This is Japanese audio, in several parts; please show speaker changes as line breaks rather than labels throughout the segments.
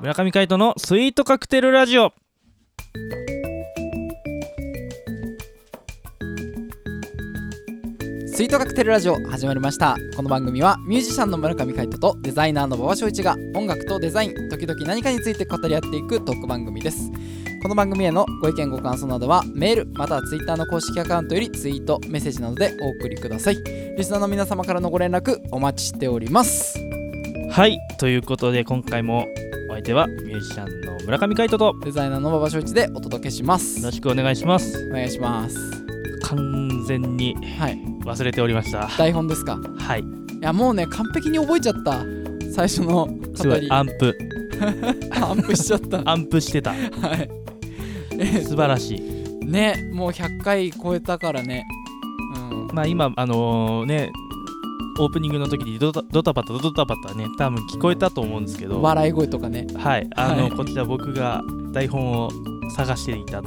村上海人のスイートカクテルラジオ
スイートカクテルラジオ始まりましたこの番組はミュージシャンの村上海人とデザイナーの馬場翔一が音楽とデザイン時々何かについて語り合っていくトーク番組ですこの番組へのご意見ご感想などはメールまたはツイッターの公式アカウントよりツイートメッセージなどでお送りくださいリスナーの皆様からのご連絡お待ちしております
はいということで今回もお相手はミュージシャンの村上海人とよ
デザイナーの馬場翔一でお届けします
ろしくお願いします
お願いします
完全に
はい
忘れておりました
台本ですか
はい
いやもうね完璧に覚えちゃった最初の
す
語
ごい
り
アンプ
アンプしちゃったは
アンプしてた
いえ
素晴らし い
ねもう100回超えたからねうん
まあ今あのねオープニングの時にドタドタバタドタバタね多分聞こえたと思うんですけど
笑い声とかね
はい、あの、
はい
こちら僕が台本を探していた、は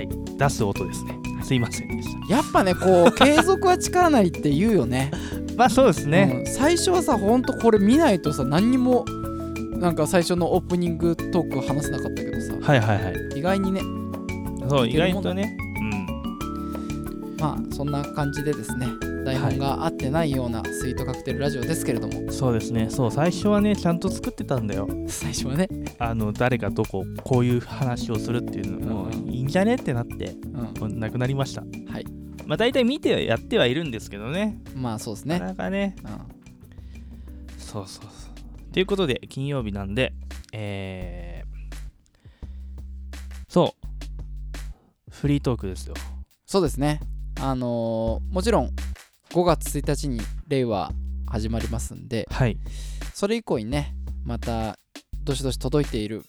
い、出す音ですね。すいませんでした。
やっぱねこう継続は力なりって言うよね
まあそうですね。
うん最初はさほんとこれ見ないとさ何にもなんか最初のオープニングトーク話せなかったけどさ
はいはいはい。
意外にね
そう
い
意
けるも
外
ん
とね、
まあそんな感じでですね台本が合ってないようなスイートカクテルラジオですけれども、
うん、そうですね。そう最初はねちゃんと作ってたんだよ。
最初はね、
あの誰がどここういう話をするっていうのも
うんうん
いいんじゃねってなって
うん、
もうなくなりました。
はい
まあ大体見てはやってはいるんですけどね。
まあそうです
なか
ね、
なかね
うん、
そうそうそう。ということで、金曜日なんで、えー、そう、フリートークですよ。
そうですねあのーもちろん5月1日に令和始まりますんで
はい。
それ以降にねまたどしどし届いている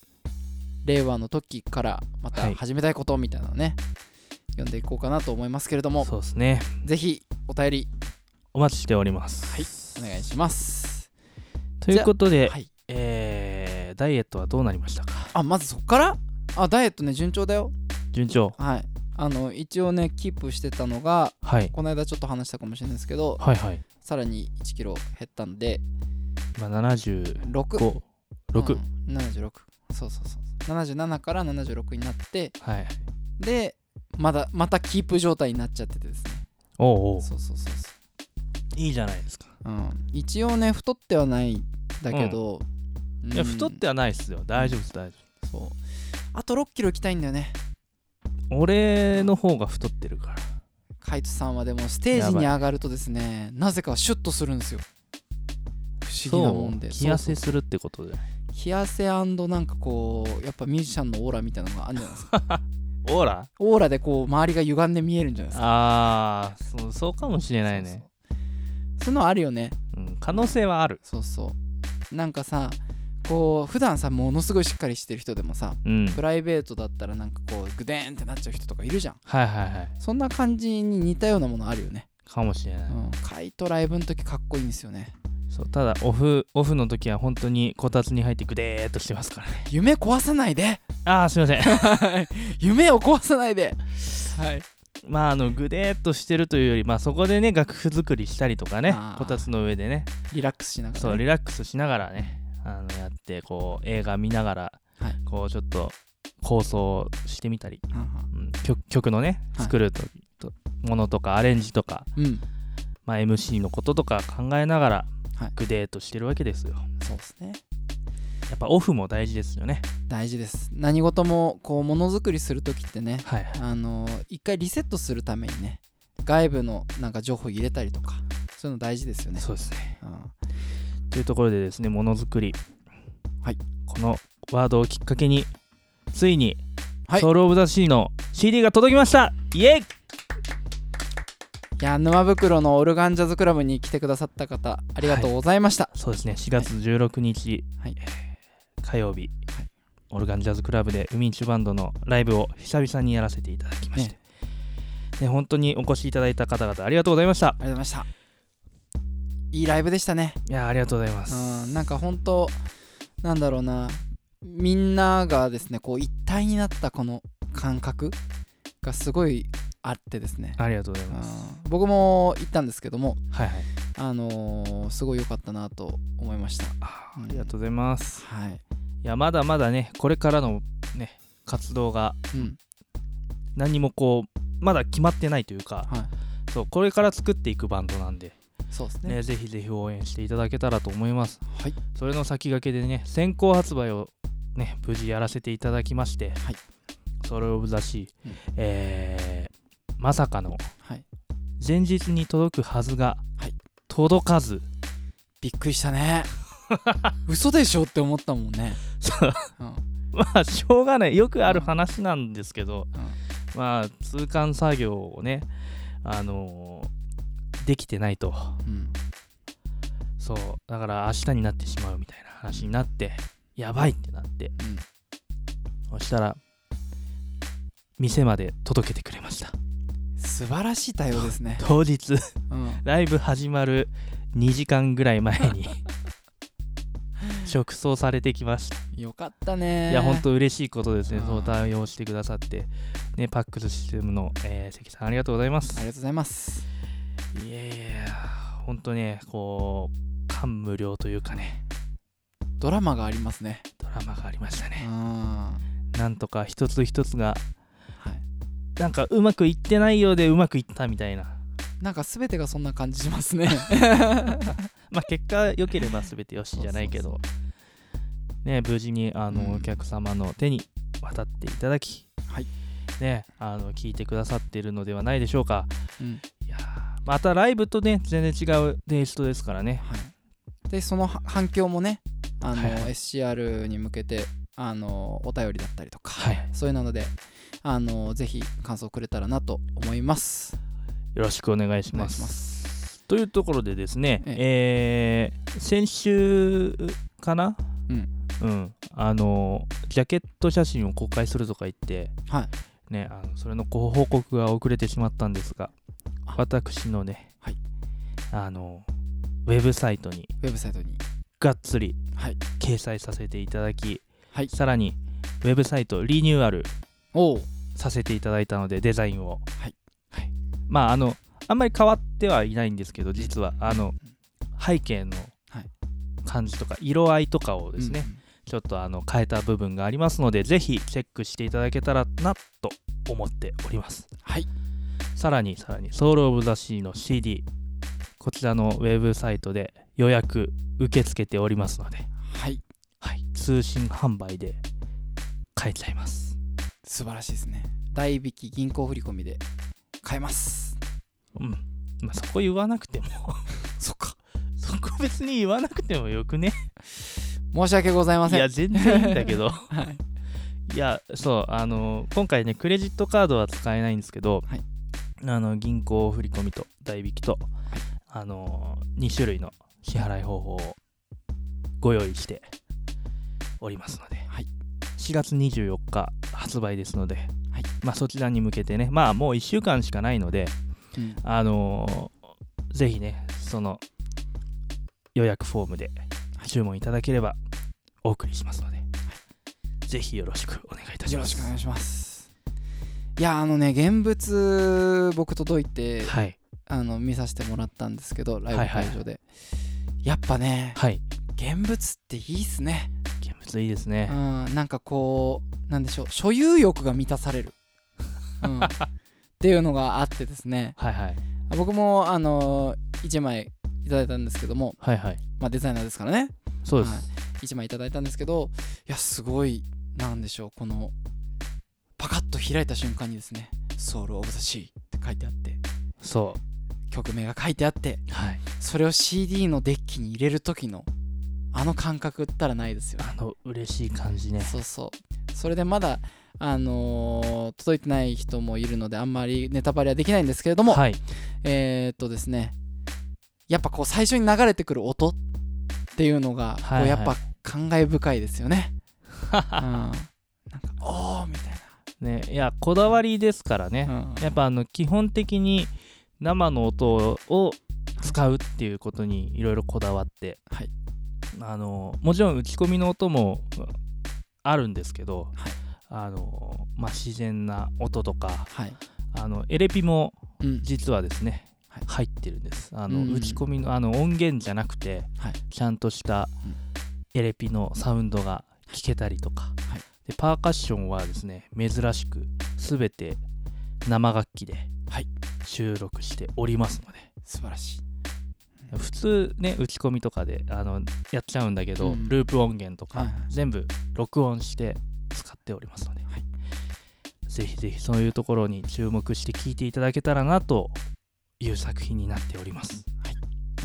令和の時からま
は
た
い
始めたいことみたいなのをね、読んでいこうかなと思いますけれども
そうですね。
ぜひお便り
お待ちしております。
はいお願いします
ということで、
はい
えー、ダイエットはどうなりましたか
あまずそっからあダイエットね順調だよ
順調。
はいあの一応ねキープしてたのが
はい。
この間ちょっと話したかもしれないですけど
はいはい。
さらに1キロ減ったんで
今、75、
6
6。
うん、76そうそうそう77から76になって
はい。
でまだまたキープ状態になっちゃっててですね
おうおう
そうそうそうそ
いいじゃないですか。
う、うん、一応ね太ってはないんだけど、うん
いや、太ってはないっすよ。大丈夫です、大丈
そうあと6キロ行きたいんだよね
夫。俺の方が太ってるから。
カイトさんはでもステージに上がるとですねなぜかシュッとするんですよ不思議なもんで
そう気痩せ
そう
するってことで。
そう気痩せなんかこうやっぱミュージシャンのオーラみたいなのがあるんじゃないですか
オーラ
オーラでこう周りが歪んで見えるんじゃないですか
ああそうそうかもしれないね
そうそうそういうのあるよね
うん、可能性はある
そうそうなんかさこう普段さものすごいしっかりしてる人でもさ
うん
プライベートだったらなんかこうグデーンってなっちゃう人とかいるじゃん
はいはいはい
そんな感じに似たようなものあるよね、
かもしれない、
うん、カイトライブの時かっこいいんですよね
そうただオフオフの時は本当にこたつに入ってグデーっとしてますからね
夢壊さないで
ああすいません
夢を壊さないではい
まああのグデーっとしてるというよりまあそこでね楽譜作りしたりとかね
あー
こたつの上でね
リラックスしなが
そ
ら、
う
ね、
リラックスしながらねあのやってこう映画見ながら、
はい
こうちょっと構想してみたり、
うん
うん、曲曲のね
はい
作ると、とものとかアレンジとか
うん、うん
まあ、MC のこととか考えながら
はい
グデートしてるわけですよ、
そうですね
やっぱオフも大事ですよね
大事です何事もこうものづくりする時ってね
はいはい
あの一回リセットするためにね外部のなんか情報入れたりとかそういうの大事ですよね
そうですね
うん
というところでですねものづくり
はい
このワードをきっかけについに、
はい
ソウル・オブ・ザ・シーの CD が届きましたイエイ
いや沼袋のオルガンジャズクラブに来てくださった方ありがとうございました、
そうですね4月16日、
はい
えー火曜日、
はい
オルガンジャズクラブで海一バンドのライブを久々にやらせていただきまして、
ね
ね、本当にお越しいただいた方々ありがとうございました
ありがとうございましたいいライブでしたね
いやーありがとうございます、
うんなんか本当なんだろうなみんながですねこう一体になったこの感覚がすごいあってですね、
ありがとうござい
うん
ます。
僕も行ったんですけども
はいはい。
あのーすごい良かったなと思いました
あ
うん
ありがとうございます。
はい
いやまだまだねこれからのね活動が
うん
何もこうまだ決まってないというか、
は
そうこれから作っていくバンドなんで、
そうですね
ね、ぜひぜひ応援していただけたらと思います
はい
それの先駆けでね先行発売をね無事やらせていただきまして、
はい
それを目指し、
うん
えーまさかの
はい
前日に届くはずが、
はい
届かず
びっくりしたね 嘘でしょって思ったもんね
そう
うん
まあしょうがないよくある話なんですけど、まあ通関作業をねあのーできてないと
うん
そうだから明日になってしまうみたいな話になってやばいってなって
うん
そしたら店まで届けてくれました
素晴らしい対応ですね
当日
うん
ライブ始まる2時間ぐらい前 に直送されてきました
よかったね
いや本当嬉しいことですね、
うん
そう対応してくださって、ね、パックスシステムの、えー関さん、ありがとうございま
あ
す。
りがとうございます
いやいや、本当ね、こう、感無量というかね、
ドラマがありますね
ドラマがありました
うん
ね。
は
なんとか一つ一つが、
い
なんかうまくいってないようでうまくいったみたいな、
なんか全てがそんな感じしま すね
まあ、結果、良ければ全てよしじゃないけど、ね、無事にあの、
うん
お客様の手に渡っていただき、
はい
ね、あの聞いてくださっているのではないでしょうか。
うん
いやーまたライブとね全然違うテイストですからね
はいでそのは反響もねあの、
はいはい
SCR に向けてあのお便りだったりとか、
はい
そういうのであのぜひ感想くれたらなと思います
よろしくお願いし
お願
ま
い
す
します
というところでですね
え
えー先週かな
うん、
うんあのジャケット写真を公開するとか言って
はい
ねあのそれのご報告が遅れてしまったんですが
あ
私のね、
はい
あのウェブサイトに
ウェブサイトに
がっつり
はい
掲載させていただき、
はい
さらにウェブサイトリニューアル
おお
させていただいたのでデザインを
はい、
はいまああのあんまり変わってはいないんですけど実はあの背景の
はい
感じとか色合いとかをですね、
うんうん
ちょっとあの変えた部分がありますのでぜひチェックしていただけたらなと思っております
はい
さらにさらにソウルオブザシーの CD こちらのウェブサイトで予約受け付けておりますので、
はい
はい、通信販売で買えちゃいます
素晴らしいですね代引き銀行振込で買えます
うんまあそこ言わなくても
そっか
そこ別に言わなくてもよくね
申し訳ございま
い
せん
や全然いいんだけど
はい
いやそうあの今回ねクレジットカードは使えないんですけど、
はい
あの銀行振込と代引きと、あの2種類の支払い方法をご用意しておりますので、
はい
4月24日発売ですので、
はい
まあ、そちらに向けてねまあもう1週間しかないので
うん
あのぜひねその予約フォームで注文いただければお送りしますので、ぜひよろしくお願いいたし
よ
ま
ろし
す
くお願いしますいやあのね現物僕届いて
はい
あの見させてもらったんですけどライブ
は
会
いはい
場で、やっぱね
はい
現物っていいっすね、
現物いいです
う
ね、
ん、なんかこうなんでしょう所有欲が満たされる、 うん、っていうのがあってですね
はいはい
僕もあの1枚いただいたんですけども、
はいはい
まあ、デザイナーですからね
そうです、
はい、1枚いただいたんですけどいやすごいなんでしょうこのパカッと開いた瞬間にですね「ソウル・オブ・ザ・シー」って書いてあって
そ
曲名が書いてあって
うはい
それを CD のデッキに入れる時のあの感覚ったらないですよね
あの嬉しい感じね
そうそうそれでまだあのー届いてない人もいるのであんまりネタバレはできないんですけれども、
はい
えー、っとですねやっぱこう最初に流れてくる音っていうのがこ
は
う
い
や
はい
っぱ感慨深いです よね。うん、なんか「おー」みたい
ねいやこだわりですからね、
な、うん
やっぱあの基本的に生の音を使うっていうことにいろいろこだわって、
はい
あのもちろん打ち込みの音もあるんですけど、
はい
あのまあ、自然な音とか
はい
あのエレピも
うん
実はですね
はい
入ってるんですあの、
うん
打ち込みのあの音源じゃなくて
はい
ちゃんとした
うん
エレピのサウンドが聴けたりとか、
はい
でパーカッションはですね珍しく全て生楽器で
はい
収録しておりますので、
素晴らしい
普通ね打ち込みとかであのやっちゃうんだけど、
うん
ループ音源とか、
はいはい
全部録音して使っておりますので、
はい
ぜひぜひそういうところに注目して聴いていただけたらなという作品になっております。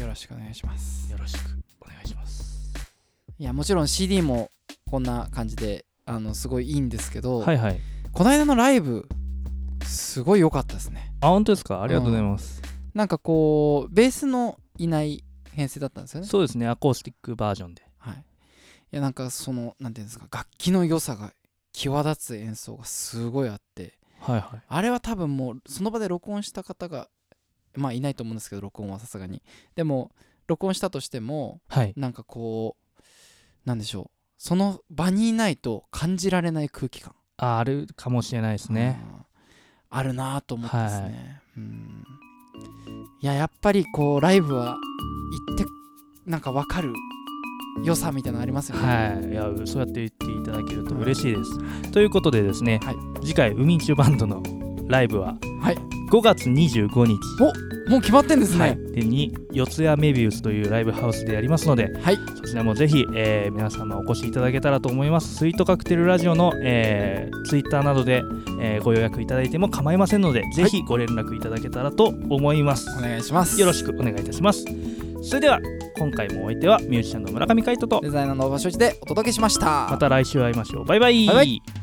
よろしくお願いします
よろしくお願いします。
いやもちろん CD もこんな感じであのすごいいいんですけど、
はいはい。
この間のライブすごい良かったですね
あ本当ですか。ありがとうございます。
なんかこうベースのいない編成だったんですよね
そうですね。アコースティックバージョンで。
はい、いやなんかそのなんていうんですか楽器の良さが際立つ演奏がすごいあって
はいはい。
あれは多分もうその場で録音した方がまあいないと思うんですけど録音はさすがにでも録音したとしても
はい。
なんかこうなんでしょうその場にいないと感じられない空気感
ああるかもしれないですね。
うんあるなぁと思ってですね、うんいややっぱりこうライブは行ってなんか分かる良さみたいなのありますよね、
はい。いやそうやって言っていただけると嬉しいです。ということでですね。
はい
次回海中バンドのライブは
はい
5月25日。
もう決まってんですね、
はい、でに四谷メビウスというライブハウスでやりますので、
はい
そちらもぜひ、えー皆様お越しいただけたらと思いますスイートカクテルラジオの、えー、ツイッターなどで、えーご予約いただいても構いませんので、ぜひご連絡いただけたらと思います
お願いします
よろしくお願いいたしますそれでは今回もお相手はミュージシャンの村上海人と
デザイナーの大場所一でお届けしました
また来週会いましょうバイバイ
バイバイ